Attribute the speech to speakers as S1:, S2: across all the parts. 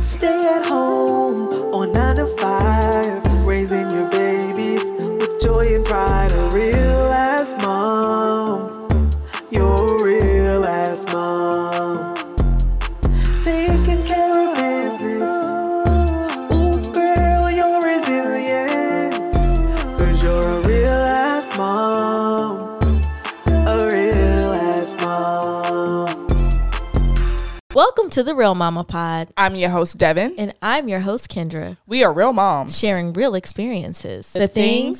S1: stay at home on 9 to 5, raising your babies with joy and pride. A real ass mom, you're a real ass mom. Taking care of business. Ooh, girl, you're resilient. Cause you're a real ass mom. A real ass mom.
S2: Welcome to the Real Mama Pod,
S3: I'm your host, Devin.
S2: and I'm your host, Kendra,
S3: We are real moms.
S2: sharing real experiences. The,
S3: Hey,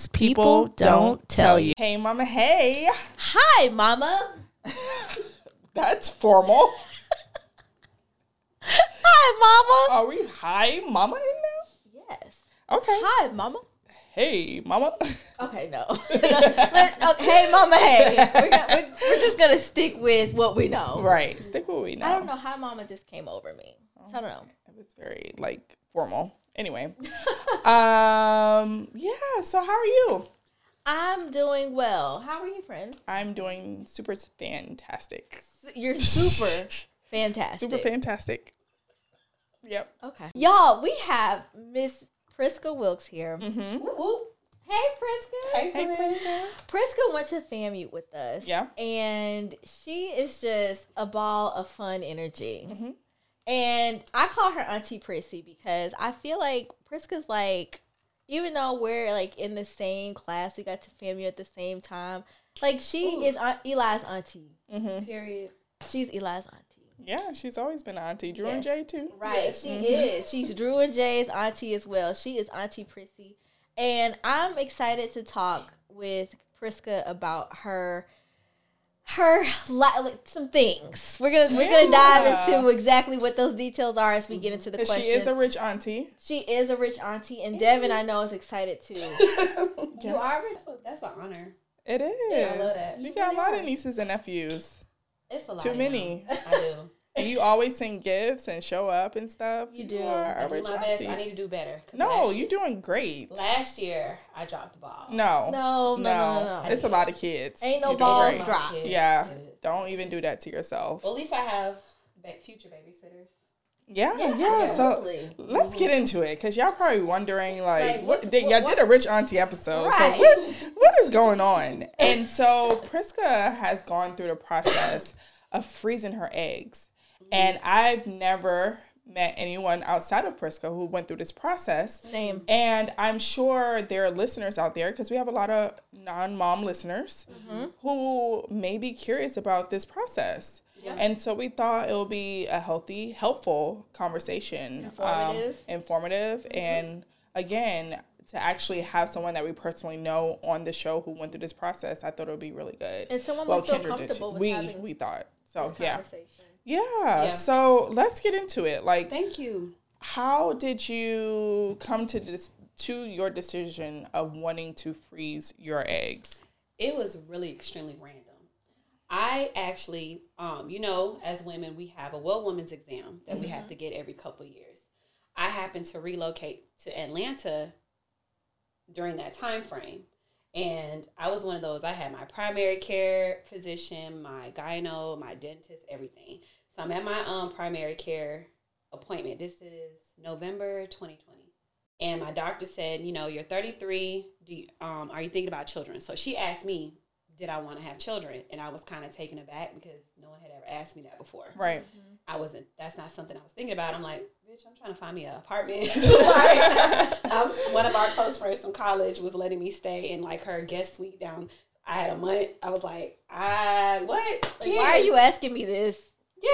S3: mama. Hey.
S2: Hi, Mama.
S3: That's formal.
S2: Hi, Mama.
S3: Are we hi, mama, in now?
S2: Yes.
S3: Okay.
S2: Hi, Mama.
S3: Hey, mama.
S2: Okay, no. Let- okay, uh, hey, Mama, hey. We're, gonna, we're, we're just going to stick with what we know.
S3: right. Stick with we know.
S2: I don't know how Mama just came over me. So I don't know.
S3: It was very like formal. Anyway. um. Yeah. So how are you?
S2: I'm doing well. How are you, friends?
S3: I'm doing super fantastic.
S2: You're super fantastic.
S3: Super fantastic. Yep.
S2: Okay. Y'all, we have Miss Priska Wilkes here. Whoop, whoop. Hey, Priska.
S3: Hey, Prisca.
S2: Priska went to FAMU with us.
S3: Yeah.
S2: And she is just a ball of fun energy. And I call her Auntie Prissy because I feel like Priska's like, even though we're like in the same class, we got to FAMU at the same time. Like she is Aunt Eli's auntie. Period. She's Eli's auntie.
S3: Yeah. She's always been auntie. Drew and
S2: Yes.
S3: Jay too.
S2: Right, she
S3: Mm-hmm.
S2: is. She's Drew and Jay's auntie as well. She is Auntie Prissy. And I'm excited to talk with Priska about her her li- like, some things. We're gonna we're gonna dive
S3: Yeah.
S2: into exactly what those details are as we get into the
S3: 'Cause
S2: questions.
S3: She is a rich auntie.
S2: rich auntie, and Devin I know is excited too.
S4: You are rich. That's an honor.
S3: It is.
S4: I love that.
S3: You got a lot of nieces and nephews.
S2: It's a lot.
S3: Too
S2: now.
S3: many.
S4: I do.
S3: and you always send gifts and show up and stuff.
S2: You do.
S3: are
S2: I
S3: a
S4: I do
S3: rich
S4: my best. I
S3: auntie.
S4: need to do better. 'Cause
S3: No,
S4: last
S3: you're doing great.
S4: Last year I dropped the ball.
S3: No.
S2: No, no, no, no, no.
S3: It's a lot of kids.
S2: Ain't no
S3: You're doing
S2: balls
S3: great.
S2: dropped.
S4: Kids.
S3: Yeah.
S4: Kids.
S3: Don't even do that to yourself.
S4: Well, at least I have ba- future babysitters.
S3: Yeah, yeah. So
S2: Absolutely.
S3: let's get into it because y'all probably wondering like,
S2: Like, what's-
S3: what, did,
S2: what-
S3: y'all did a rich auntie episode.
S2: Right.
S3: So what, what is going on? And so Priska has gone through the process of freezing her eggs. And I've never met anyone outside of Priska who went through this process.
S2: Same.
S3: And I'm sure there are listeners out there because we have a lot of non mom listeners
S2: Mm-hmm.
S3: who may be curious about this process. And so we thought it would be a healthy, helpful conversation,
S2: Informative. Mm-hmm.
S3: um, informative, and again, to actually have someone that we personally know on the show who went throrough this process, I thought it would be really good.
S2: And someone we feel comfortable with
S3: we
S2: having
S3: we thought so. Yeah.
S2: Conversation.
S3: yeah, So let's get into it. Like,
S4: Thank you.
S3: how did you come to this to your decision of wanting to freeze your eggs?
S4: It was really extremely random. I actually, um, you know, as women, we have a well woman's exam that we have to get every couple years. I happened to relocate to Atlanta during that time frame. And I was one of those. I had my primary care physician, my gyno, my dentist, everything. So I'm at my um, primary care appointment. This is November 2020 and my doctor said, you know, you're 33. Do you, um, are you thinking about children? So she asked me, did I want to have children? And I was kind of taken aback because no one had ever asked me that before.
S3: Right.
S4: I wasn't. That's not something I was thinking about. I'm like, bitch, I'm trying to find me an apartment. like, I was, one of our close friends from college was letting me stay in like her guest suite down. I had a month. I was like, I what?
S2: Like, why are you asking me this?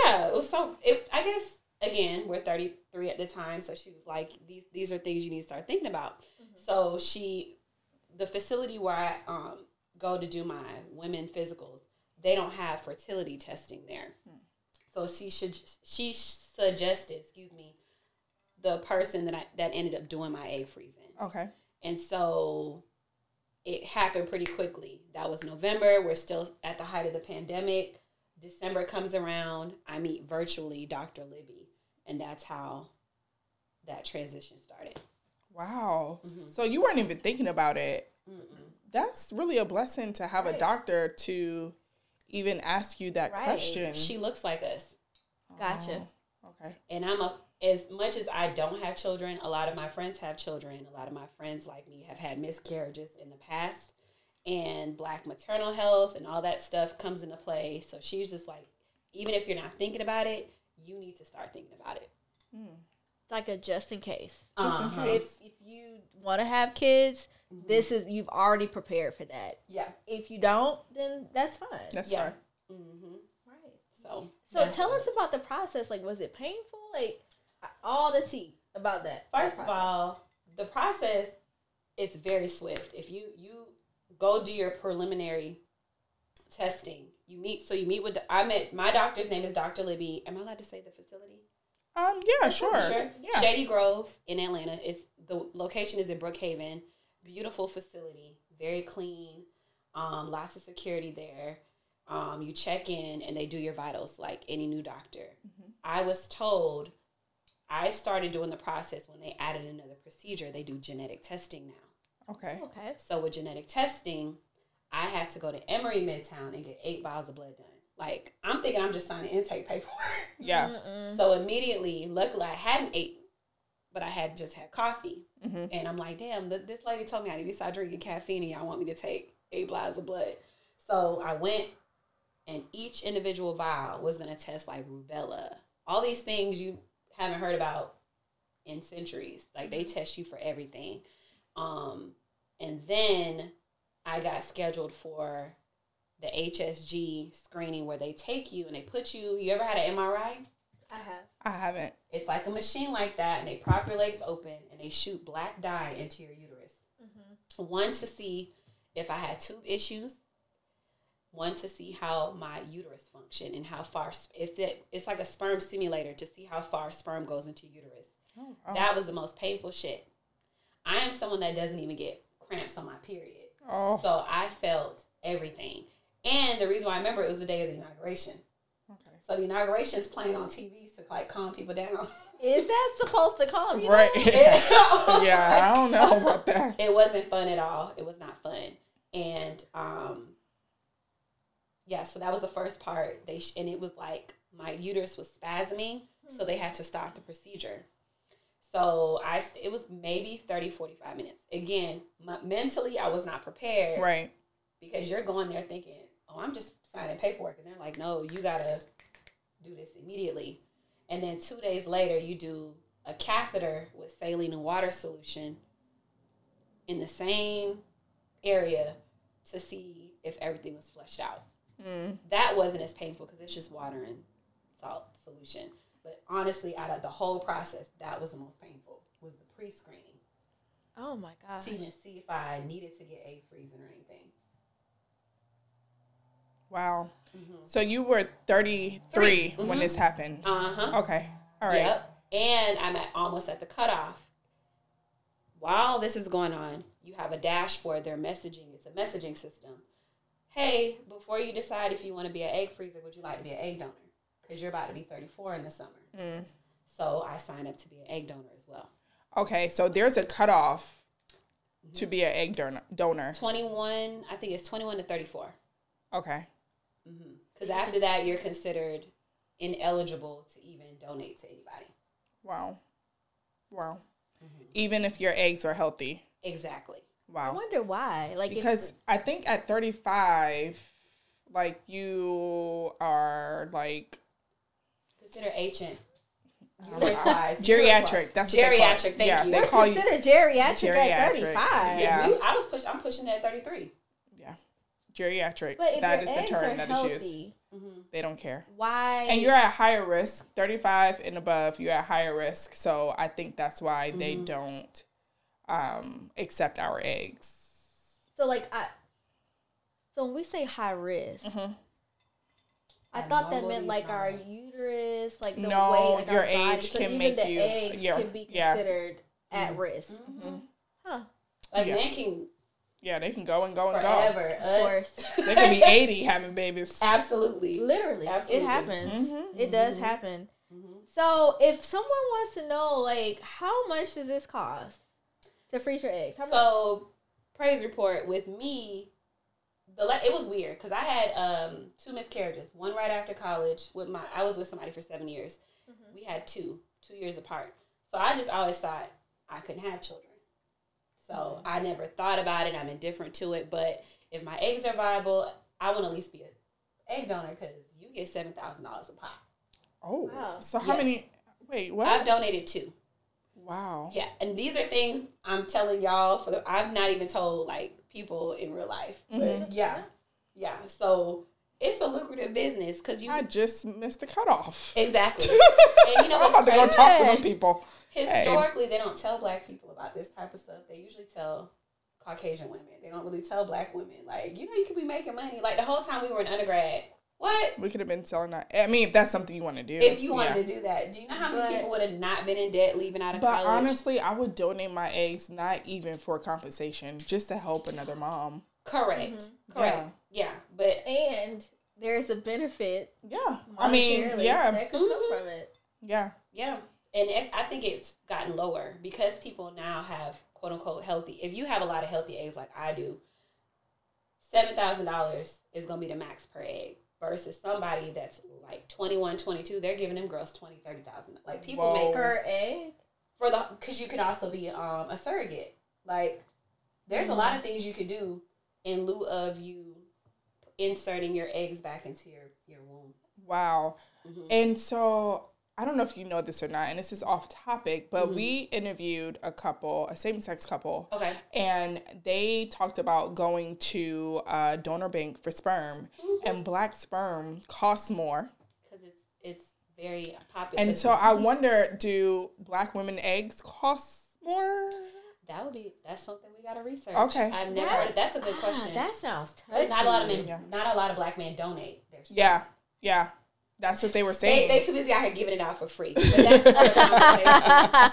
S4: yeah, it was so. It, I guess again, we're thirty three at the time, so she was like, "These these are things you need to start thinking about." So she, the facility where I um, go to do my women physicals, they don't have fertility testing there, so she should she suggested, excuse me, the person that I that ended up doing my egg freezing.
S3: Okay.
S4: And so it happened pretty quickly. That was November. We're still at the height of the pandemic. December comes around. I meet virtually Dr. Libby. And that's how that transition started.
S3: Wow. So you weren't even thinking about it. That's really a blessing to have a doctor to even ask you that
S2: Right.
S3: question.
S4: She looks like us.
S2: Gotcha.
S3: okay.
S4: And I'm a as much as I don't have children, a lot of my friends have children. A lot of my friends, like me, have had miscarriages in the past. And black maternal health and all that stuff comes into play. So she's just like, even if you're not thinking about it, you need to start thinking about it.
S2: like a just in case.
S4: Just in Uh-huh.
S2: If, if you want to have kids,
S3: Mm-hmm.
S2: this is you've already prepared for that.
S4: Yeah.
S2: If you don't, then that's fine.
S3: That's
S4: Yeah.
S3: fine.
S4: Mm-hmm.
S2: right.
S4: So,
S2: So tell us about the process. Like, was it painful? Like, I- all the tea about that.
S4: First
S2: that
S4: of
S2: process.
S4: all, the process it's very swift. If you you go do your preliminary testing, you meet so you meet with the, I met my doctor's name is Dr. Libby. Am I allowed to say the facility?
S3: Um, yeah, sure.
S4: Sure.
S3: Yeah.
S4: Shady Grove in Atlanta. It's the location is in Brookhaven. Beautiful facility, very clean. Um, lots of security there. Um, you check in and they do your vitals like any new doctor.
S3: Mm-hmm.
S4: I was told I started doing the process when they added another procedure. They do genetic testing now.
S3: Oh, Okay.
S2: okay.
S4: So with genetic testing, I had to go to Emory Midtown and get eight vials of blood done. Like I'm thinking I'm just signing intake paperwork.
S3: Yeah.
S2: Mm-hmm.
S4: So immediately, luckily I hadn't ate, but I had just had coffee,
S3: Mm-hmm.
S4: and I'm like, damn, th- this lady told me I need to start drinking caffeine, and y'all want me to take eight vials of blood. So I went, and each individual vial was gonna test like rubella, all these things you haven't heard about in centuries. Like they test you for everything, um, and then I got scheduled for. The HSG screening where they take you and they put you. You ever had an MRI?
S2: I have.
S3: I haven't.
S4: It's like a machine like that, and they prop your legs open and they shoot black dye into your uterus. One to see if I had tube issues. One to see how my uterus function and how far sp- if it, it's like a sperm simulator to see how far sperm goes into uterus. That was the most painful shit. I am someone that doesn't even get cramps on my period,
S3: Oh.
S4: so I felt everything. And the reason why I remember it was the day of the inauguration.
S3: Okay.
S4: So the inauguration's playing on TV to like calm people down.
S2: Is that supposed to come? You
S3: Right.
S2: Know?
S3: yeah, I don't know about that.
S4: it wasn't fun at all. It was not fun. And um yeah, so that was the first part. They sh- and it was like my uterus was spasming, so they had to stop the procedure. So I st- it was maybe 30 45 minutes. Again, my, mentally I was not prepared
S3: Right.
S4: because you're going there thinking, "Oh, I'm just signing paperwork." And they're like, "No, you got to do this immediately." And then 2 days later, you do a catheter with saline and water solution in the same area to see if everything was flushed out. That wasn't as painful because it's just water and salt solution. But honestly, out of the whole process, that was the most painful was the pre-screening
S2: Oh my gosh.
S4: to even see if I needed to get a freezing or anything.
S3: Wow.
S2: Mm-hmm.
S3: So you were 33 when this happened.
S2: Um,
S4: Uh huh.
S3: Okay. All right.
S4: Yep. And I'm at almost at the cutoff. While this is going on, you have a dashboard. They're messaging. It's a messaging system. Hey, before you decide if you want to be an egg freezer, would you like to be an egg donor? Because you're about to be 34 in the summer.
S3: Mm.
S4: So I signed up to be an egg donor as well.
S3: Okay. So there's a cutoff
S2: Mm-hmm.
S3: to be an egg donor. donor.
S4: 21, I think it's 21 to 34.
S3: Okay.
S4: Because after that, you're considered ineligible to even donate to anybody.
S3: Wow. Wow.
S2: Mm-hmm.
S3: Even if your eggs are healthy.
S4: Exactly.
S2: I
S3: Wow.
S2: wonder why. Like, if-
S3: Because I think at 35, like you are like
S4: Consider ancient. Uterus-wise.
S3: Uh, geriatric. That's what they call it.
S4: Geriatric, thank
S3: yeah,
S4: you.
S3: They
S4: We're
S3: call you.
S2: consider geriatric, at
S3: Geriatric,
S2: thirty five.
S3: yeah.
S4: You- I was pushing. I'm pushing at 33.
S3: Yeah. Geriatric.
S2: But if
S3: That
S2: your
S3: is the
S2: eggs
S3: term
S2: are
S3: that is
S2: healthy,
S3: used. They don't care.
S2: why?
S3: And you're at higher risk, 35 and above, you're at higher risk. So I think that's why they
S4: Mm-hmm.
S3: don't um, accept our eggs.
S2: So like I so when we say high risk,
S3: Mm-hmm.
S2: I thought that meant
S4: Abnormalities
S2: like our
S4: are-
S2: uterus, like the
S3: No,
S2: way like
S3: your
S2: our body,
S3: age
S2: so
S3: can
S2: even
S3: make
S2: the
S3: you-
S2: eggs
S3: yeah,
S2: can be
S3: yeah.
S2: considered at risk. Huh.
S4: Like
S3: Yeah.
S4: men can
S3: Yeah, they can go and go and go.
S4: forever.
S2: Of
S4: Us,
S2: course.
S3: They can be 80 having babies.
S4: absolutely.
S2: Literally.
S4: Absolutely.
S2: It happens.
S3: Mm-hmm.
S2: It does happen. So if someone wants to know like how much does this cost to freeze your eggs? How much?
S4: So praise report with me. The la- it was weird because I had um, two miscarriages. One right after college with my. I was with somebody for seven years. We had two, two years apart. So I just always thought I couldn't have children. So I never thought about it. I'm indifferent to it. But if my eggs are viable, I want to at least be an egg donor because you get seven thousand dollars a pop.
S3: Oh,
S2: Wow.
S3: so how
S4: Yes.
S3: many? Wait, what?
S4: I've donated two.
S3: wow.
S4: Yeah, and these are things I'm telling y'all for the I've not even told like people in real life. But
S3: Mm-hmm.
S4: yeah. Yeah. So it's a lucrative business because you
S3: I just missed the cutoff.
S4: exactly. and you know
S3: I'm
S4: what's
S3: about to go
S4: crazy?
S3: talk to
S2: Hey.
S3: them people. Hey.
S4: Historically, they don't tell black people about this type of stuff. They usually tell Caucasian women. They don't really tell black women. Like, you know, you could be making money. Like the whole time we were in undergrad, what?
S3: We could have been selling that. I mean, if that's something you want to do.
S4: If you wanted
S3: yeah.
S4: to do that, do you know how many
S2: But-
S4: people would have not been in debt leaving out of
S3: But
S4: college?
S3: honestly, I would donate my eggs, not even for compensation, just to help another mom.
S4: correct.
S3: Mm-hmm.
S4: Correct. yeah. But
S2: And there's a benefit.
S3: Yeah. I mean,
S2: monetarily
S3: yeah.
S2: that could come from it.
S3: Yeah.
S4: Yeah, and it's, I think it's gotten lower because people now have quote unquote healthy. If you have a lot of healthy eggs like I do, seven thousand dollars is gonna be the max per egg versus somebody that's like 21, 22, They're giving them girls twenty, thirty thousand. Like people
S3: Whoa.
S4: make
S2: Per egg.
S4: for the because you can also be um, a surrogate. Like there's a lot of things you could do in lieu of you inserting your eggs back into your your womb.
S3: Wow. And so I don't know if you know this or not, and this is off topic, but we interviewed a couple, a same sex couple.
S4: Okay.
S3: And they talked about going to a donor bank for sperm, and black sperm costs more.
S4: Because it's it's very popular.
S3: And so I wonder do black women eggs cost more?
S4: That would be that's something we gotta research.
S3: Okay.
S4: I've never
S2: That-
S4: heard of that's a good question.
S2: Ah, that sounds tough.
S4: Because not a lot of men
S3: Yeah.
S4: not a lot of black men donate their stuff.
S3: Yeah. Yeah. That's what they were
S4: They
S3: saying.
S4: they too busy out here giving it out for free. But that's another conversation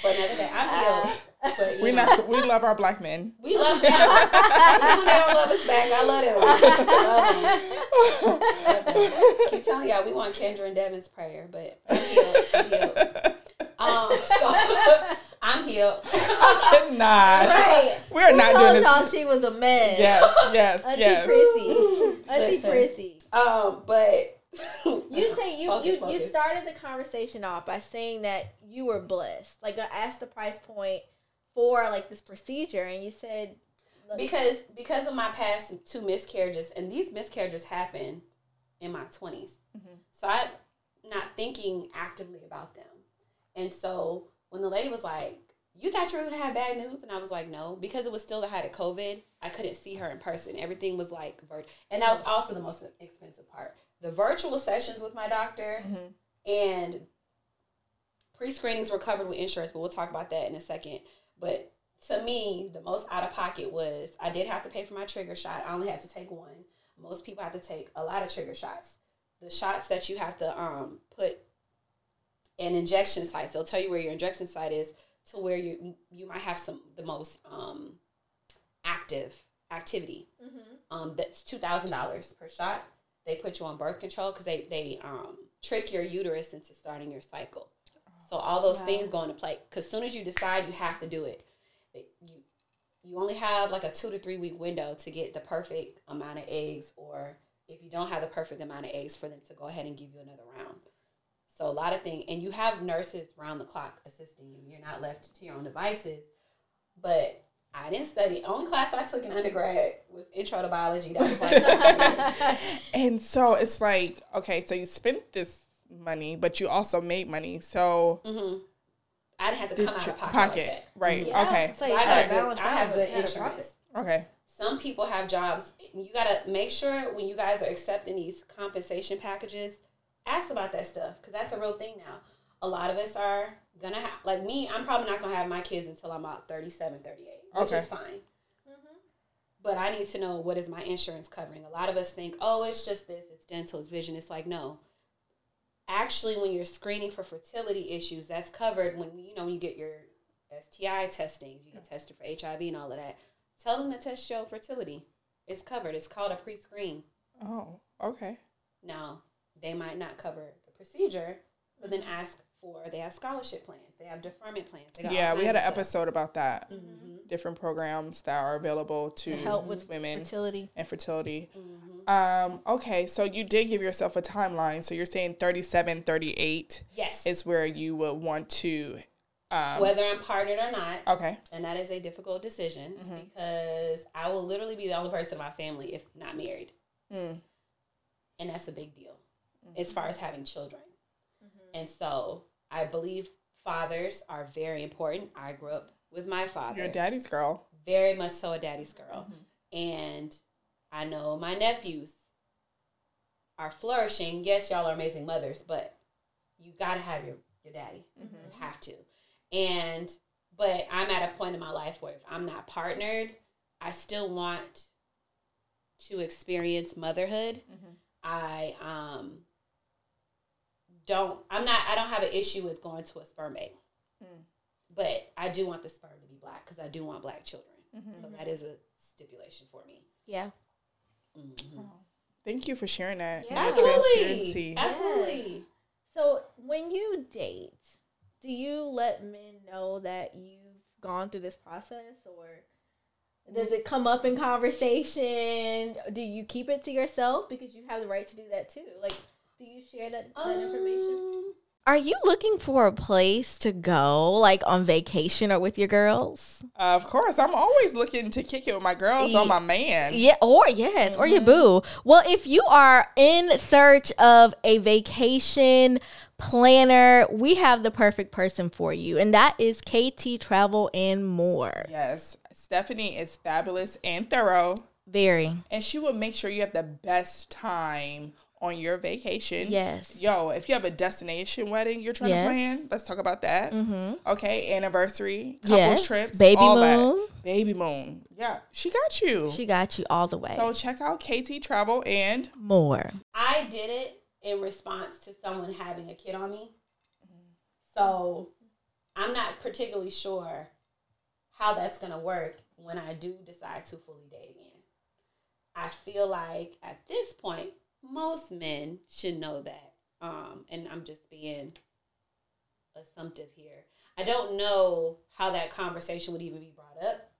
S4: for another day. I'm ill. But you
S3: we
S4: know,
S3: not, we love our black men.
S4: we love them. Even when they don't love us back. I love them. Love them. Love them. Keep telling y'all we want Kendra and Devin's prayer, but I'm healed. I'm healed. Um so I'm healed.
S3: Not.
S2: Right.
S3: We are
S2: Who
S3: not
S2: told
S3: doing this.
S2: y'all she was a man?
S3: Yes, yes,
S2: Auntie
S3: yes.
S2: Prissy. Auntie
S4: Listen.
S2: Prissy.
S4: Um but
S2: You say you,
S4: Focus,
S2: you, you
S4: focus.
S2: started the conversation off by saying that you were blessed. Like I asked the price point for like this procedure and you said
S4: because because of my past two miscarriages and these miscarriages happened in my 20s so i'm not thinking actively about them and so when the lady was like you thought you were gonna have bad news and i was like no because it was still the height of covid i couldn't see her in person everything was like virt- and that was also the most expensive part the virtual sessions with my doctor and pre-screenings were covered with insurance but we'll talk about that in a second but to me the most out of pocket was i did have to pay for my trigger shot i only had to take one most people have to take a lot of trigger shots the shots that you have to um, put an injection site they'll tell you where your injection site is to where you you might have some the most um, active activity um, that's $2000 per shot they put you on birth control because they, they um, trick your uterus into starting your cycle so all those things go into play. Because soon as you decide you have to do it, it- you you only have like a two to three week window to get the perfect amount of eggs, or if you don't have the perfect amount of eggs, for them to go ahead and give you another round. So a lot of things, and you have nurses round the clock assisting you. You're not left to your own devices. But I didn't study. Only class I took in undergrad was intro to biology. That was like
S3: And so it's like, okay, so you spent this money, but you also made money. So
S4: I didn't have to
S3: did
S4: Mm-hmm. come out
S3: you-
S4: of pocket.
S3: pocket,
S4: Like
S3: right?
S2: Yeah.
S3: Okay,
S2: So
S4: that.
S2: you
S4: I
S2: gotta
S4: got good.
S2: balance
S4: I
S2: out
S4: have
S2: with
S4: good
S2: out of
S4: insurance.
S2: pocket.
S3: okay,
S4: some people have jobs. You gotta make sure when you guys are accepting these compensation packages, ask about that stuff because that's a real thing now. A lot of us are gonna have, like me, I'm probably not gonna have my kids until I'm about 37, 38, which
S3: Okay.
S4: is fine. But I need to know what is my insurance covering. A lot of us think, oh, it's just this, it's dental, it's vision. It's like, no. Actually, when you're screening for fertility issues, that's covered when you know when you get your STI testing, you get tested for HIV and all of that. Tell them to test your fertility. It's covered. It's called a pre-screen.
S3: oh, okay,
S4: Now, they might not cover the procedure, but then ask for they have scholarship plans, they have deferment plans. They got all
S3: yeah. We
S4: kinds
S3: had
S4: of
S3: an
S4: stuff.
S3: episode about that.
S4: Mm-hmm.
S3: Different programs that are available to,
S2: help with
S3: women
S2: fertility.
S3: and fertility.
S4: Mm-hmm.
S3: Um, okay, so you did give yourself a timeline. So you're saying 37, 38
S4: Yes.
S3: is where you would want to. um,
S4: Whether I'm partnered or not.
S3: Okay.
S4: And that is a difficult decision
S3: Mm-hmm.
S4: because I will literally be the only person in my family if not married.
S3: Mm.
S4: And that's a big deal as far as having children. And so I believe fathers are very important. I grew up with my father,
S3: Your daddy's girl.
S4: very much so a daddy's girl. And I know my nephews are flourishing. Yes, y'all are amazing mothers, but you gotta have your, your daddy. You have to. And but I'm at a point in my life where if I'm not partnered, I still want to experience motherhood. I um don't I'm not I don't have an issue with going to a sperm bank. But I do want the sperm to be black because I do want black children.
S2: Mm-hmm.
S4: So that is a stipulation for me.
S2: Yeah.
S3: Thank you for sharing that. and the
S4: Absolutely.
S3: transparency.
S4: Absolutely.
S2: Yes. So when you date, do you let men know that you've gone through this process or does it come up in conversation? Do you keep it to yourself because you have the right to do that too? Like do you share that, that information?
S4: Um,
S2: Are you looking for a place to go like on vacation or with your girls?
S3: Of course, I'm always looking to kick it with my girls on my man.
S2: Yeah, or yes, or your boo. Well, if you are in search of a vacation planner, we have the perfect person for you, and that is KT Travel and More.
S3: Yes, Stephanie is fabulous and thorough,
S2: Very.
S3: and she will make sure you have the best time on your vacation.
S2: Yes.
S3: Yo, if you have a destination wedding you're trying
S2: Yes.
S3: to plan, let's talk about that. Mm-hmm. Okay, anniversary, couples
S2: Yes,
S3: trips,
S2: baby
S3: all that.
S2: moon.
S3: baby moon. Yeah, she got you.
S2: She got you all the way.
S3: so check out KT Travel and
S2: More.
S4: I did it in response to someone having a kid on me. So I'm not particularly sure how that's going to work when I do decide to fully date again. I feel like at this point, most men should know that. Um, and I'm just being assumptive here. I don't know how that conversation would even be brought up.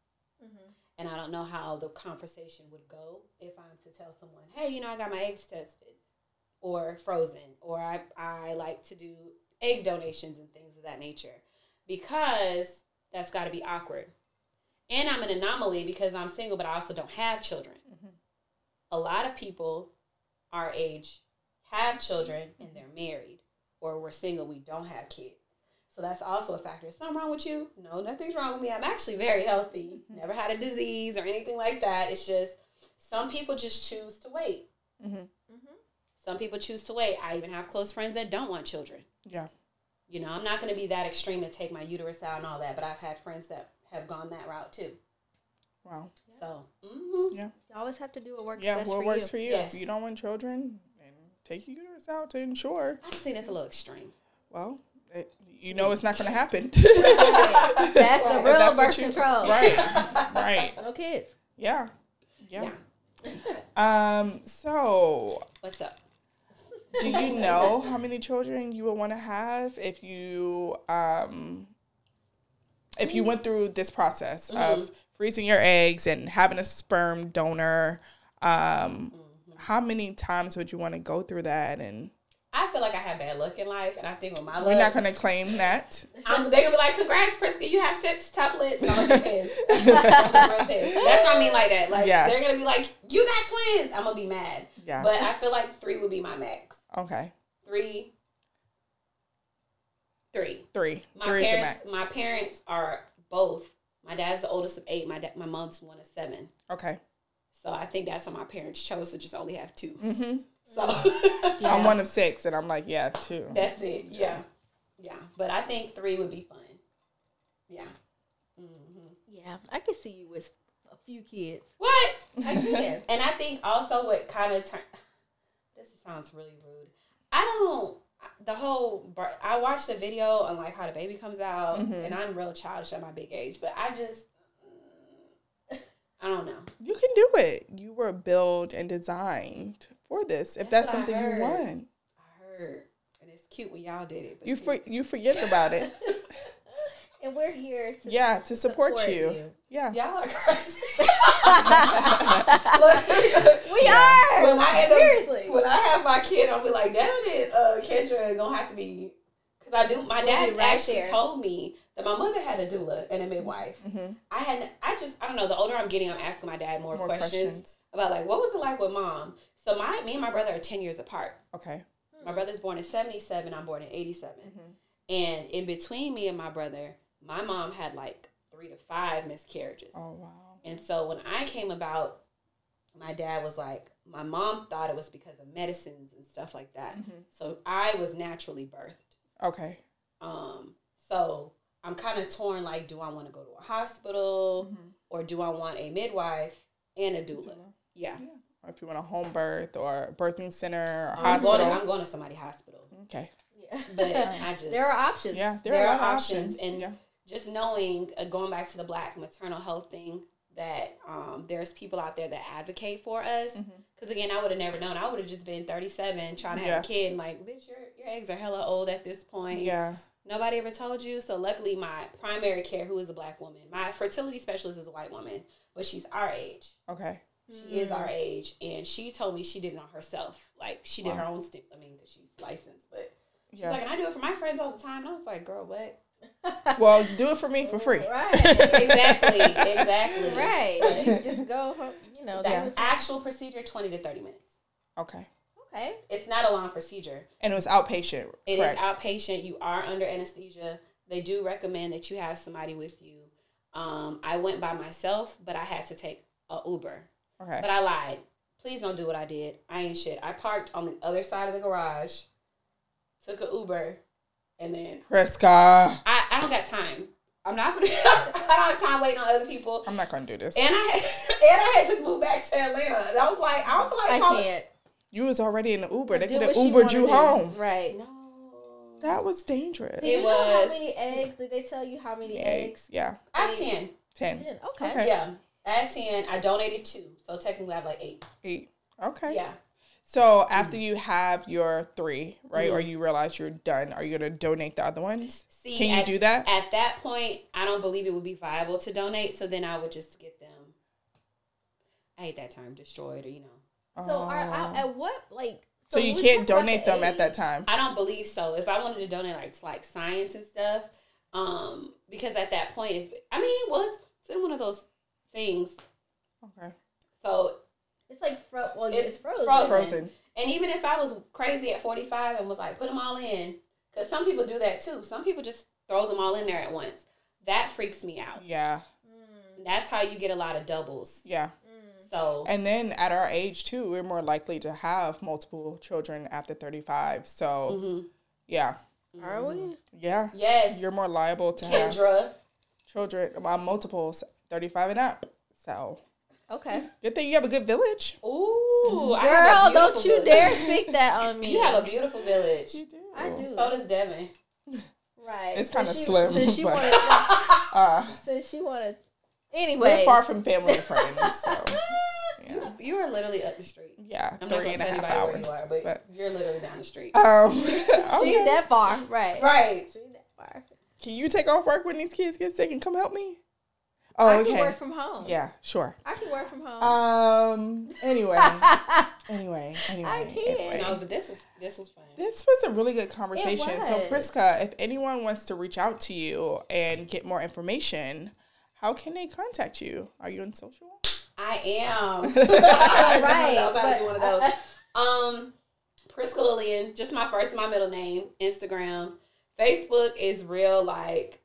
S4: And I don't know how the conversation would go if I'm to tell someone, hey, you know, I got my eggs tested or frozen, or I, I like to do egg donations and things of that nature because that's got to be awkward. And I'm an anomaly because I'm single, but I also don't have children. A lot of people our age have children and they're married, or we're single, we don't have kids. So that's also a factor. Is something wrong with you? No, nothing's wrong with me. I'm actually very healthy. Never had a disease or anything like that. It's just some people just choose to wait. Mm-hmm. Some people choose to wait. I even have close friends that don't want children.
S3: yeah,
S4: You know, I'm not going to be that extreme and take my uterus out and all that, but I've had friends that have gone that route too.
S3: wow,
S4: So, mhm.
S3: yeah,
S2: You always have to do what works
S3: yeah.
S2: best
S3: What
S2: for
S3: works
S2: you.
S3: for you?
S4: Yes.
S3: If you don't want children, then take your uterus out to ensure.
S4: I just think that's a little extreme.
S3: Well, it, you know it's not going to happen.
S2: That's the real
S3: That's what
S2: birth
S3: you-
S2: control.
S3: right, right.
S2: No kids.
S3: Yeah. Yeah.
S4: Yeah.
S3: Um, so
S4: What's up?
S3: do you know how many children you would want to have if you um if you went through this process
S2: Mm-hmm.
S3: of freezing your eggs and having a sperm donor? Um
S2: Mm-hmm.
S3: how many times would you want to go through that and
S4: I feel like I have bad luck in life, and I think with my
S2: Uh,
S3: we're not
S4: luck,
S3: gonna claim that.
S4: I'm, they're gonna be like, "Congrats, Priska, you have six tuplets." And I'm gonna be pissed. I'm gonna be real pissed. That's what I mean, like that. Like
S3: Yeah.
S4: they're gonna be like, "You got twins." I'm gonna be mad.
S3: Yeah.
S4: But I feel like three would be my max.
S3: Okay.
S4: Three. Three.
S3: Three.
S4: my
S3: Three is your
S4: parents,
S3: max.
S4: my parents are both. My dad's the oldest of eight. My da- my mom's one of seven.
S3: okay.
S4: So I think that's how my parents chose to just only have 2
S3: Mm-hmm.
S4: So
S3: I'm one of six and I'm like, yeah, two.
S4: that's it. Yeah, yeah. But I think three would be fun. Yeah.
S2: Yeah, I could see you with a few kids.
S4: What?
S2: I can.
S4: And I think also what kind of turn. This sounds really rude. I don't. The whole. bir- I watched a video on like how the baby comes out, and I'm real childish at my big age, but I just. I don't know.
S3: You can do it. You were built and designed for this. If that's,
S4: That's what I
S3: something you
S4: heard.
S3: want,
S4: I heard, and it's cute when y'all did it. But
S3: you
S4: see,
S3: for, you forget about it.
S2: And we're here to
S3: yeah, to support,
S2: Support
S3: you.
S2: you.
S3: Yeah.
S4: Y'all are crazy.
S2: We are
S4: when I end up-
S2: seriously.
S4: when I have my kid, I'll be like, damn it, uh, Kendra gonna have to be. Because I do, my dad
S2: be right
S4: actually
S2: there.
S4: told me that my mother had a doula and a midwife.
S2: Mm-hmm.
S4: I had, I just, I don't know. The older I'm getting, I'm asking my dad more,
S3: More
S4: questions,
S3: questions.
S4: about like, what was it like with mom? So my, me and my brother are ten years apart.
S3: Okay.
S4: My
S2: Hmm.
S4: brother's born in '77. I'm born in '87.
S2: Mm-hmm.
S4: And in between me and my brother, my mom had like three to five miscarriages.
S3: Oh wow.
S4: And so when I came about, my dad was like, my mom thought it was because of medicines and stuff like that. So I was naturally birthed.
S3: Okay.
S4: Um, so I'm kind of torn like, do I want to go to a hospital or do I want a midwife and a doula? Yeah.
S3: Or if you want a home birth or a birthing center or a
S4: I'm going, to,
S3: hospital.
S4: I'm going to somebody's hospital.
S3: Okay.
S4: But I just.
S2: There are options.
S3: Yeah,
S4: there, are, options, and
S3: yeah.
S4: just knowing uh, going back to the black maternal health thing that um, there's people out there that advocate for us
S3: Mm-hmm.
S4: because again i would have never known i would have just been 37 trying to have
S3: Yeah.
S4: a kid and like bitch your, your eggs are hella old at this point
S3: Yeah.
S4: nobody ever told you so luckily my primary care who is a black woman my fertility specialist is a white woman but she's our age
S3: Okay.
S4: she is
S3: Mm.
S4: our age, and she told me she did it on herself. Like she did her own stint. I mean, because she's licensed, but she's
S3: Yeah.
S4: like, and I do it for my friends all the time. And I was like, girl, what?
S3: Well, do it for me for free.
S2: Right.
S4: exactly, exactly.
S2: right. You just go home, you know,
S4: The
S2: that's
S4: actual procedure, twenty to thirty minutes.
S3: Okay.
S2: okay.
S4: It's not a long procedure.
S3: And it was outpatient.
S4: It is
S3: correct.
S4: outpatient. You are under anesthesia. They do recommend that you have somebody with you. Um, I went by myself, but I had to take a Uber.
S3: okay.
S4: But I lied. Please don't do what I did. I ain't shit. I parked on the other side of the garage, took a Uber, and then
S3: Prisca.
S4: I, I don't got time. I'm not. I don't have time waiting on other people.
S3: I'm not gonna do this.
S4: And I had, and I had just moved back to Atlanta, and I was like, I don't feel like
S2: I
S4: calling-
S2: can't.
S3: You was already in the Uber. They
S2: Do
S3: could
S2: what
S3: have
S2: she
S3: Ubered
S2: wanna do.
S3: you home.
S2: Right.
S4: No,
S3: That was dangerous.
S2: Did
S4: It
S2: you know how
S4: was-
S2: many eggs? Did they tell you how many eggs?
S3: Eggs. Yeah.
S4: I had ten.
S3: Ten.
S2: Ten. Okay.
S3: Okay.
S4: Yeah, I had ten. I donated two, so technically I have like eight.
S3: Eight. Okay.
S4: Yeah.
S3: So after you have your three, right,
S2: Mm-hmm.
S3: or you realize you're done, are you gonna donate the other ones?
S4: See,
S3: Can you
S4: at-
S3: do that?
S4: At that point, I don't believe it would be viable to donate. So then I would just get them. I hate that term, destroyed, or you know.
S2: So are I, at what like?
S3: so you
S2: we
S3: can't
S2: talk about
S3: donate
S2: the
S3: them at
S2: age.
S3: that time.
S4: I don't believe so. If I wanted to donate like to like science and stuff, um, because at that point, if, I mean, well, it's, it's in one of those things.
S3: Okay.
S4: So
S2: It's like fro- well, it's,
S4: it's
S2: frozen.
S4: frozen.
S3: Frozen.
S4: And even if I was crazy at forty five and was like, put them all in, because some people do that too. Some people just throw them all in there at once. That freaks me out.
S3: Yeah.
S4: That's how you get a lot of doubles.
S3: Yeah.
S2: Mm.
S4: So
S3: And then at our age too, we're more likely to have multiple children after 35. So
S2: Mm-hmm.
S3: yeah.
S2: Are we?
S3: Yeah.
S4: yes,
S3: You're more liable to have
S4: Kendra.
S3: children uh, multiples 35 and up. So
S2: Okay.
S3: good thing you have a good village.
S4: Ooh, I have
S2: Girl, don't
S4: a beautiful
S2: you
S4: village.
S2: dare speak that on me.
S4: You have a beautiful village.
S2: I do.
S4: So does Devin.
S2: right.
S3: It's
S2: Since
S3: kinda
S2: she-
S3: slim,
S2: Since she
S3: but- Uh.
S2: wanted. since she wanted. Anyway.
S3: We're far from family and friends. So yeah.
S4: You are literally up the street.
S3: Yeah.
S4: I'm not
S3: three
S4: gonna
S3: and a
S4: tell
S3: half
S4: anybody where you are,
S3: hours.
S4: but,
S3: But,
S4: you're literally down the street.
S3: um,
S2: She's
S3: okay.
S2: that far, right?
S4: right.
S2: She's that far.
S3: Can you take off work when these kids get sick and come help me? Oh,
S2: I
S3: okay.
S2: can work from home.
S3: yeah, sure.
S2: I can work from home.
S3: Um. Anyway. anyway. Anyway.
S2: can't.
S3: Anyway.
S4: No, but this is this was fun.
S3: This was a really good conversation. So,
S2: was.
S3: Priska, if anyone wants to reach out to you and get more information, how can they contact you? Are you on social?
S4: I am.
S2: right,
S4: right. I was about to do one of those. Um, Prisca Lillian, just my first and my middle name. Instagram, Facebook is real. Like,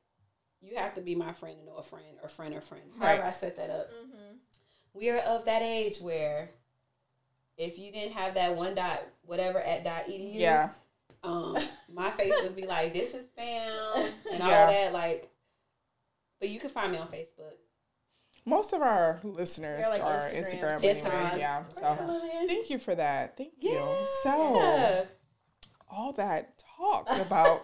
S4: you have to be my friend to know a friend or friend or friend. However,
S3: Right.
S4: I set that up. We are of that age where if you didn't have that one dot whatever at dot edu,
S3: Yeah.
S4: um, my face would be like, this is spam and
S3: Yeah.
S4: all that. Like, but you can find me on Facebook.
S3: Most of our listeners
S2: They're like
S3: are
S2: Instagram.
S3: Instagram.
S4: Instagram.
S3: anyway. Yeah. So,
S2: eh.
S4: Lillian.
S3: thank you for that. Thank you.
S4: Yeah.
S3: So, all that talk about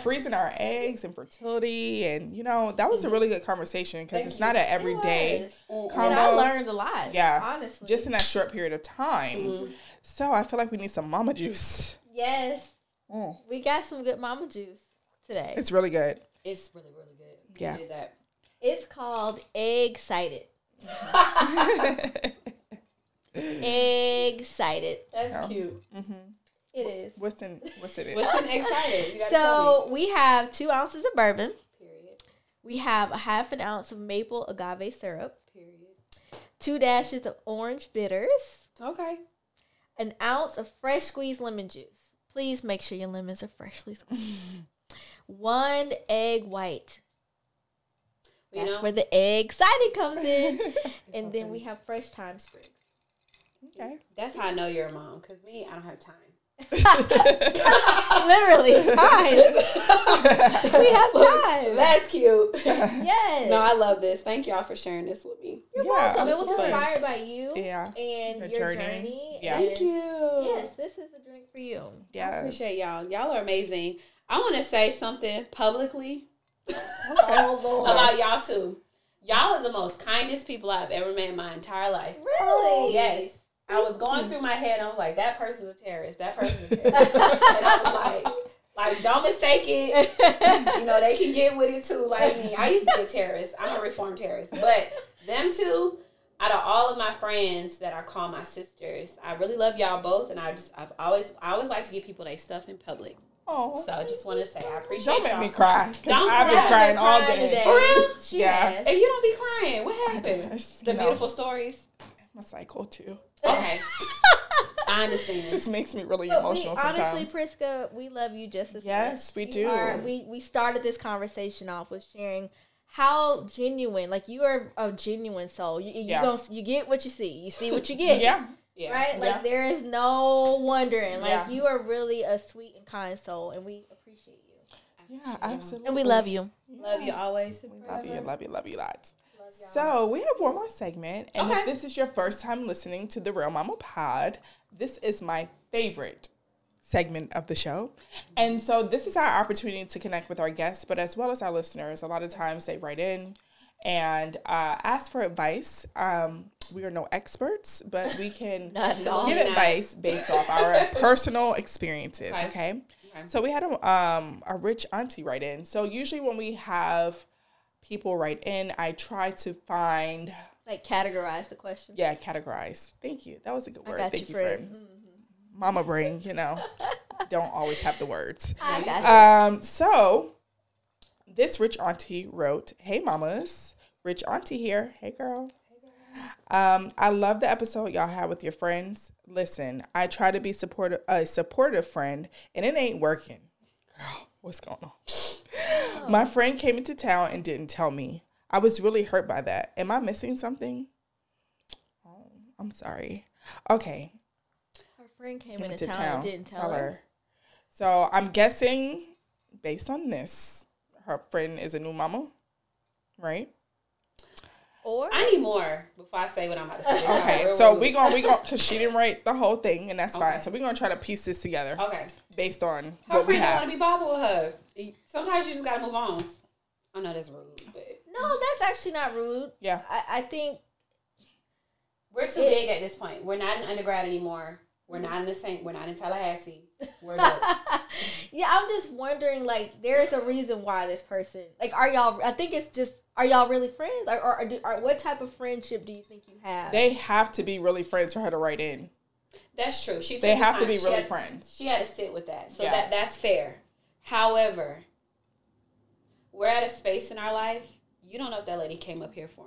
S3: freezing our eggs and fertility, and you know, that was a really good conversation because
S4: Thank
S3: it's
S4: you.
S3: not an
S2: It
S3: everyday
S2: was.
S3: combo.
S2: And I learned a lot.
S3: um, Yeah.
S2: Honestly. Mm-hmm.
S3: just in that short period of time. So, I feel like we need some mama juice.
S2: yes.
S3: Mm.
S2: We got some good mama juice today.
S3: It's really good.
S4: It's really, really good.
S3: Yeah.
S4: did that.
S2: It's called excited. excited.
S4: That's
S3: Yeah.
S4: cute.
S2: It is.
S3: What's in what's it? in?
S4: What's an excited? You gotta tell
S2: So we have two ounces of bourbon.
S4: me. Period.
S2: We have a half an ounce of maple agave syrup,
S4: Period.
S2: two dashes of orange bitters,
S4: Okay.
S2: an ounce of fresh squeezed lemon juice. Please make sure your lemons are freshly squeezed. One egg white.
S4: You
S2: That's
S4: know?
S2: where the egg cider comes in. and then we have fresh time sprigs.
S3: Okay.
S4: That's how I know you're a mom. Cause me, I don't have time.
S2: Literally, time. we have time.
S4: That's cute.
S2: Yes.
S4: no, I love this. Thank y'all for sharing this with me.
S3: You're
S2: Um, it was inspired by you
S3: Yeah.
S2: and
S3: Your
S2: your,
S3: journey.
S2: journey.
S3: Yeah.
S2: and
S4: Thank you.
S2: Yes, this is a drink for you.
S3: Yes.
S4: I appreciate y'all. Y'all are amazing. I want to say something publicly
S3: Oh,
S4: about y'all too. Y'all are the most kindest people I've ever met in my entire life.
S2: Really?
S4: Yes. I was going through my head. I was like, that person's a terrorist. That person's a terrorist. and I was like, like, don't mistake it. You know, they can get with it too, like me. I used to be a terrorist. I'm a reformed terrorist. But them two, out of all of my friends that I call my sisters, I really love y'all both. And I just, I've always, I always like to give people their stuff in public.
S3: Oh.
S4: So I just want to say I appreciate
S3: Don't
S4: y'all.
S3: make me cry. 'cause
S4: Don't
S3: I've been
S4: make me
S3: crying all
S2: cry
S3: day.
S2: today.
S4: For real?
S2: She
S3: Yeah.
S2: has.
S4: If you don't be crying, what happened?
S3: Yes,
S4: The
S3: you know,
S4: beautiful stories.
S3: My cycle too.
S4: Okay. I understand.
S3: Just makes me really
S2: But we
S3: emotional sometimes.
S2: honestly, Prisca, we love you just as
S3: Yes,
S2: much.
S3: we
S2: You
S3: do.
S2: are- we we started this conversation off with sharing how genuine, like you are a genuine soul. You you,
S3: Yeah.
S2: gonna, you get what you see. You see what you get.
S3: yeah.
S4: yeah.
S2: Right?
S3: Yeah.
S2: Like there is no wondering. Like
S3: Yeah.
S2: you are really a sweet and kind soul, and we appreciate you.
S3: Yeah, absolutely.
S2: And we love you.
S4: Love you always. and
S3: Love you,
S4: forever.
S3: love you, love you lots. So we have one more segment, and if
S4: Okay.
S3: this is your first time listening to the Real Mama Pod, this is my favorite segment of the show. And so this is our opportunity to connect with our guests, but as well as our listeners. A lot of times they write in and uh, ask for advice. Um, we are no experts, but we can
S4: all.
S3: give
S4: Not.
S3: advice based off our personal experiences.
S4: Okay.
S3: Okay.
S4: Okay.
S3: So we had a um a rich auntie write in. So usually when we have people write in, I try to find
S2: Like categorize the question.
S3: yeah categorize. Thank you. That was a good word.
S2: got
S3: Thank you
S2: you,
S3: for
S2: friend.
S3: mama brain. You know, don't always have the words.
S2: I got you.
S3: Um, so this rich auntie wrote, Hey mamas, rich auntie here. Hey girl. Um, I love the episode y'all had with your friends. Listen, I try to be supportive a supportive friend and it ain't working. Girl, what's going on? My friend came into town and didn't tell me. I was really hurt by that. Am I missing something? Oh, I'm sorry. Okay,
S2: Her friend came,
S3: came
S2: into,
S3: into
S2: town,
S3: town.
S2: and didn't tell, her.
S3: So I'm guessing, based on this, her friend is a new mama, right?
S2: Or
S4: I need more before I say what I'm about to say. Y'all
S3: Okay,
S4: real
S3: so
S4: rude.
S3: we gonna we gonna cause she didn't write the whole thing, and that's fine.
S4: Okay.
S3: So we're gonna try to piece this together
S4: Okay.
S3: based on
S4: Her
S3: what we
S4: friend don't want
S3: have.
S4: to be bothered with her. Sometimes you just gotta move on. I know that's rude, but
S2: no, that's actually not rude.
S3: Yeah,
S2: I, I think
S4: we're too big at this point. We're not in undergrad anymore. We're not in the same. We're not in Tallahassee. We're adults.
S2: yeah, I'm just wondering like there is a reason why this person like are y'all I think it's just are y'all really friends? Like, or, or, do, or what type of friendship do you think you have?
S3: they have to be really friends for her to write in.
S4: That's true. She took
S3: They
S4: the
S3: have to
S4: time.
S3: be
S4: She
S3: really
S4: had-
S3: friends.
S4: She had to sit with that, so
S3: Yeah.
S4: that that's fair. However, we're at a space in our life. You don't know if that lady came up here for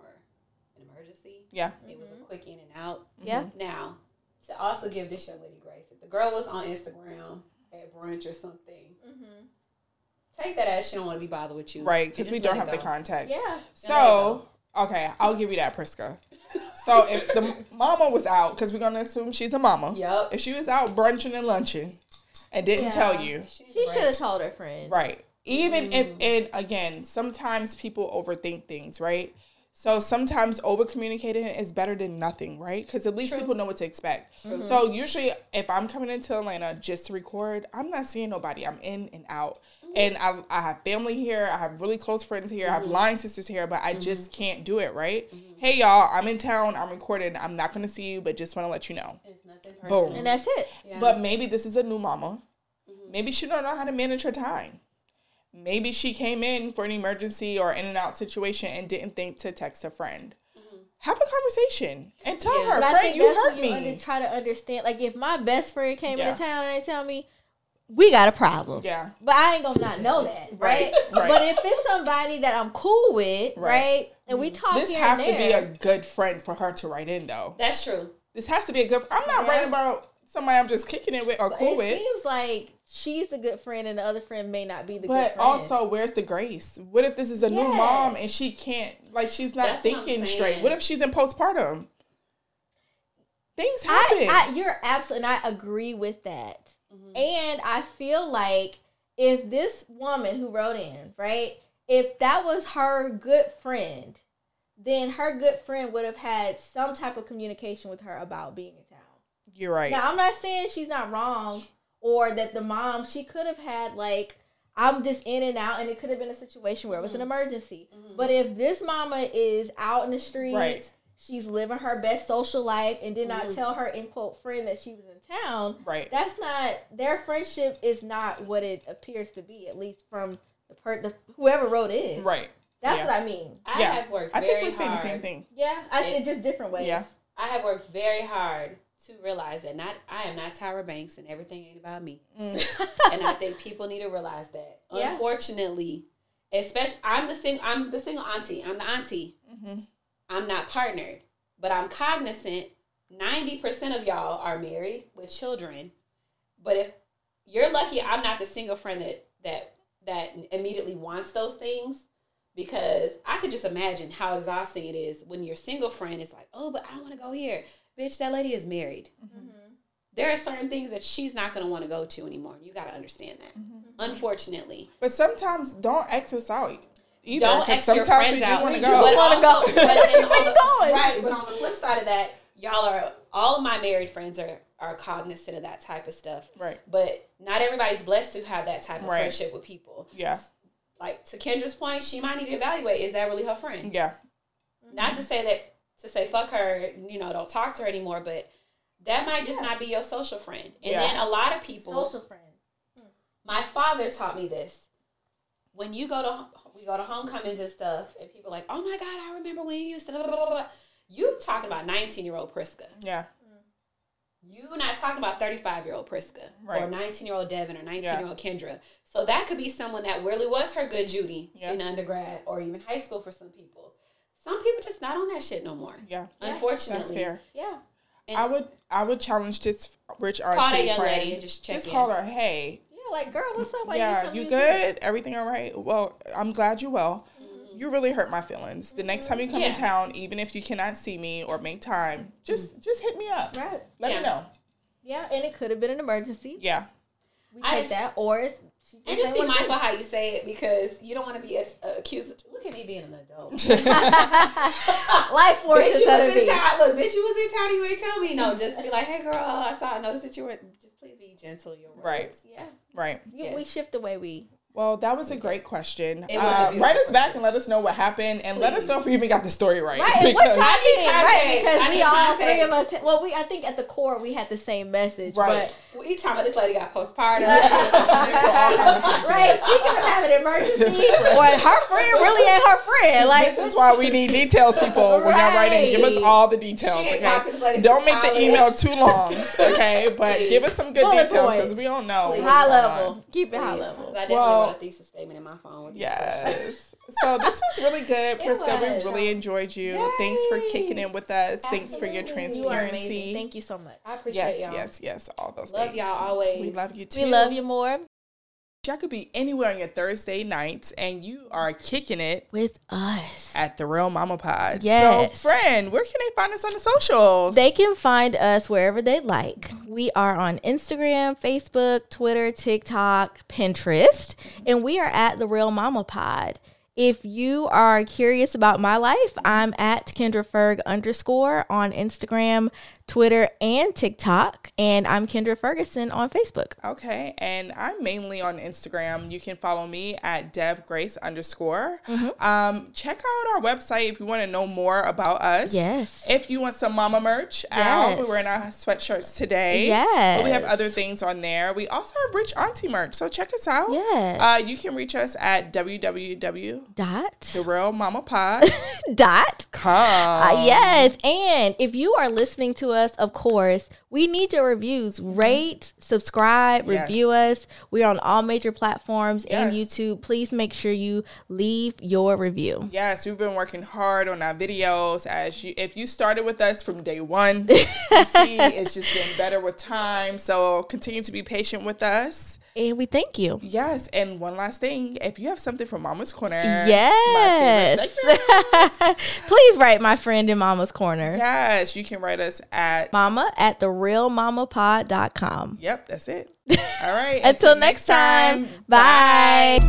S4: an emergency.
S3: Yeah,
S4: It was a quick in and out.
S2: yeah.
S4: Now, to also give this young lady grace, if the girl was on Instagram at brunch or something, take that as she don't want to be bothered with you,
S3: right,
S4: And
S3: because
S4: just
S3: we
S4: let
S3: don't
S4: it
S3: have the
S4: go.
S3: context.
S2: Yeah.
S3: So okay, I'll give you that, Prisca. So if the mama was out, because we're gonna assume she's a mama.
S4: Yup.
S3: If she was out brunching and lunching, and didn't tell
S2: Yeah.
S3: you,
S2: She
S4: Right.
S2: should have told her friend.
S3: Right. Even if
S4: Mm.
S3: it again, sometimes people overthink things, right? So sometimes over communicating is better than nothing, right? Because at least people know what to expect.
S4: Mm-hmm.
S3: So usually, if I'm coming into Atlanta just to record, I'm not seeing nobody. I'm in and out,
S4: Mm.
S3: and I, I have family here. I have really close friends here. I
S4: Mm-hmm.
S3: have line sisters here, but I just can't do it, right? Hey y'all, I'm in town. I'm recording. I'm not gonna see you, but just want to let you know.
S4: It's nothing personal.
S2: And that's it.
S4: Yeah.
S2: Mm-hmm.
S3: But maybe this is a new mama. Maybe she don't know how to manage her time. Maybe she came in for an emergency or in and out situation and didn't think to text a friend. Have a conversation and tell her,
S2: Mm-hmm. But I
S3: friend,
S2: think
S3: you
S2: that's
S3: hurt
S2: what you
S3: me.
S2: under, try to understand. Like if my best friend came
S3: Yeah.
S2: into town and they tell me we got a problem,
S3: yeah.
S2: but I ain't gonna not know that, right?
S3: Right, right.
S2: But if it's somebody that I'm cool with, right,
S3: Right. Mm-hmm.
S2: and we talk
S3: This
S2: here
S3: has
S2: and
S3: to be
S2: there,
S3: a good friend for her to write in, though.
S4: That's true.
S3: This has to be a good. I'm not
S2: Yeah.
S3: writing about somebody I'm just kicking it with or cool
S2: it
S3: with.
S2: seems like she's a good friend and the other friend may not be the good
S3: But
S2: friend.
S3: also, where's the grace? What if this is a new
S2: Yes.
S3: mom and she can't, like, she's not
S4: That's what I'm
S3: thinking
S4: saying.
S3: straight? What if she's in postpartum? Things happen.
S2: I, I you're absolutely and I agree with that. And I feel like if this woman who wrote in, right, if that was her good friend, then her good friend would have had some type of communication with her about being in town.
S3: You're right.
S2: Now I'm not saying she's not wrong or that the mom she could have had like I'm just in and out and it could have been a situation where it was
S3: Mm-hmm.
S2: an emergency. But if this mama is out in the streets,
S3: Right. Mm-hmm.
S2: she's living her best social life and did not tell her in quote friend that she was in town,
S3: Right.
S2: that's not their friendship is not what it appears to be, at least from the per the, whoever wrote it.
S3: right.
S2: That's
S3: Yeah.
S2: what I mean.
S4: I
S3: Yeah.
S4: have worked.
S3: I
S4: Very
S3: think we're saying
S4: hard.
S3: the same thing.
S2: Yeah. I
S4: It-
S2: think just different ways.
S3: Yeah.
S4: I have worked very hard to realize that not I am not Tyra Banks and everything ain't about me. and I think people need to realize that.
S2: Yeah.
S4: Unfortunately, especially I'm the single I'm the single auntie. I'm the auntie. I'm not partnered, but I'm cognizant. Ninety percent of y'all are married with children, but if you're lucky, I'm not the single friend that that that immediately wants those things because I could just imagine how exhausting it is when your single friend is like, "Oh, but I want to go here." Bitch, that lady is married. There are certain things that she's not going to want to go to anymore. You got to understand that. Unfortunately,
S3: But sometimes don't X us out either.
S4: don't
S3: 'cause
S4: X your
S3: sometimes we
S4: friends
S3: do
S4: out.
S3: want to
S4: We
S3: go.
S4: But
S2: wanna
S4: also-
S2: go.
S4: but then on
S2: Where you
S4: the-
S2: going?
S4: Right, but on the flip side of that, y'all are all of my married friends are are cognizant of that type of stuff.
S3: Right.
S4: But not everybody's blessed to have that type of
S3: Right.
S4: friendship with people.
S3: Yeah.
S4: Like to Kendra's point, she might need to evaluate: is that really her friend?
S3: Yeah.
S4: Not to say that to say fuck her, you know, don't talk to her anymore, but that might just not be your social friend. And
S3: Yeah.
S4: then a lot of people
S2: Social friend.
S4: my father taught me this. When you go to we go to homecomings and stuff, and people are like, oh my god, I remember when you used to. Blah, blah, blah, blah. You talking about nineteen year old Priska?
S3: Yeah.
S4: You not talking about thirty five year old Priska or
S3: Right.
S4: nineteen year old Devin or nineteen year old Kendra. So that could be someone that really was her good Judy
S3: Yeah.
S4: in undergrad or even high school for some people. Some people just not on that shit no more.
S3: Yeah.
S4: Unfortunately,
S3: That's fair.
S2: Yeah.
S3: I would I would challenge this rich auntie
S4: Call that young
S3: friend.
S4: lady and just check in.
S3: call her, hey,
S2: Yeah, like girl, what's up? Why
S3: yeah,
S2: tell
S3: you
S2: me
S3: good? Everything all right? Well, I'm glad you well. You really hurt my feelings. The next time you come
S4: Yeah.
S3: in town, even if you cannot see me or make time, just just hit me up.
S2: Right.
S3: Let
S4: Yeah.
S3: me know.
S2: Yeah, and it could have been an emergency.
S3: Yeah.
S2: We
S4: I
S2: take
S4: just-
S2: that, or it's she
S4: And
S2: ain't
S4: just be
S2: wanna do
S4: mindful
S2: it.
S4: how you say it because you don't want to be as- uh, accused. Look at me being an adult.
S2: Life force
S4: bitch,
S2: is
S4: you
S2: gonna
S4: was in
S2: be.
S4: town. Look, bitch, you was in town. You ain't tell me. No, just be like, hey, girl, I saw. I noticed that you were. Just please be gentle. in Your words.
S3: Right.
S4: Yeah.
S3: Right.
S2: You- We shift the way we.
S3: Well, that was a great question.
S4: It was a
S3: Uh,
S4: beautiful
S3: write us back and let us know what happened, and let us know if we even got the story right.
S2: Right, and what y'all
S3: because-
S4: I need
S2: did, right?
S4: context.
S2: Because
S4: I
S2: we
S4: need
S2: all
S4: context.
S2: three of us. Well, we I think at the core we had the same message,
S3: Right.
S4: Well, you talking about this lady got postpartum.
S2: but right, she could have had an emergency, or her friend really ain't her friend. Like
S3: this is why we need details, people. When y'all write in, give us
S2: Right.
S3: all the details.
S4: She ain't
S3: okay?
S4: talking to ladies
S3: Don't
S4: in
S3: make the
S4: college.
S3: email too long, okay? But
S4: Please.
S3: give us some good
S2: Bullet
S3: details
S2: points.
S3: because we don't know.
S4: Please.
S3: what's
S2: high
S3: going
S2: level,
S3: on.
S2: keep it high
S4: Please, 'cause
S2: level.
S4: I definitely
S3: Well-
S4: want a thesis statement in my phone. With these questions.
S3: Yes. So this was really good,
S2: It
S3: Prisca.
S2: was.
S3: We really enjoyed you. Thanks for kicking in with us. Thanks for your
S4: Absolutely.
S2: You are
S3: transparency.
S2: amazing. Thank you so much.
S4: I appreciate
S3: yes,
S4: y'all.
S3: yes, yes. All those
S4: Love
S3: things.
S4: y'all always.
S3: We love you too.
S2: We love you more
S3: Y'all could be anywhere on your Thursday nights, and you are kicking it
S2: with us.
S3: at the Real Mama Pod.
S2: Yes.
S3: So, friend, where can they find us on the socials?
S2: They can find us wherever they like. We are on Instagram, Facebook, Twitter, TikTok, Pinterest, and we are at The Real Mama Pod. If you are curious about my life, I'm at Kendra Ferg underscore on Instagram, Twitter, and TikTok. And I'm Kendra Ferguson on Facebook.
S3: Okay, and I'm mainly on Instagram. You can follow me at devgrace underscore.
S2: Mm-hmm.
S3: Um, check out our website if you want to know more about us.
S2: Yes.
S3: If you want some mama merch out,
S2: Yes.
S3: we're in our sweatshirts today. But we have
S2: Yes.
S3: other things on there. We also have rich auntie merch, so check us out.
S2: Yes.
S3: Uh, you can reach us at www.realmamapod.com.
S2: Dot. Dot. Uh, yes. And if you are listening to us, of course, we need your reviews. Rate, subscribe, review us. We're on all major platforms and
S3: Yes.
S2: YouTube. Please make sure you leave your review.
S3: Yes, we've been working hard on our videos. As you, if you started with us from day one, you see it's just getting better with time. So continue to be patient with us.
S2: And we thank you.
S3: Yes, and one last thing: if you have something from Mama's Corner, my favorite
S2: Yes.
S3: segment,
S2: Please write my friend in Mama's Corner.
S3: yes, you can write us at.
S2: Mama at the real mamapod.com.
S3: Yep, that's it. All right.
S2: Until next time, bye.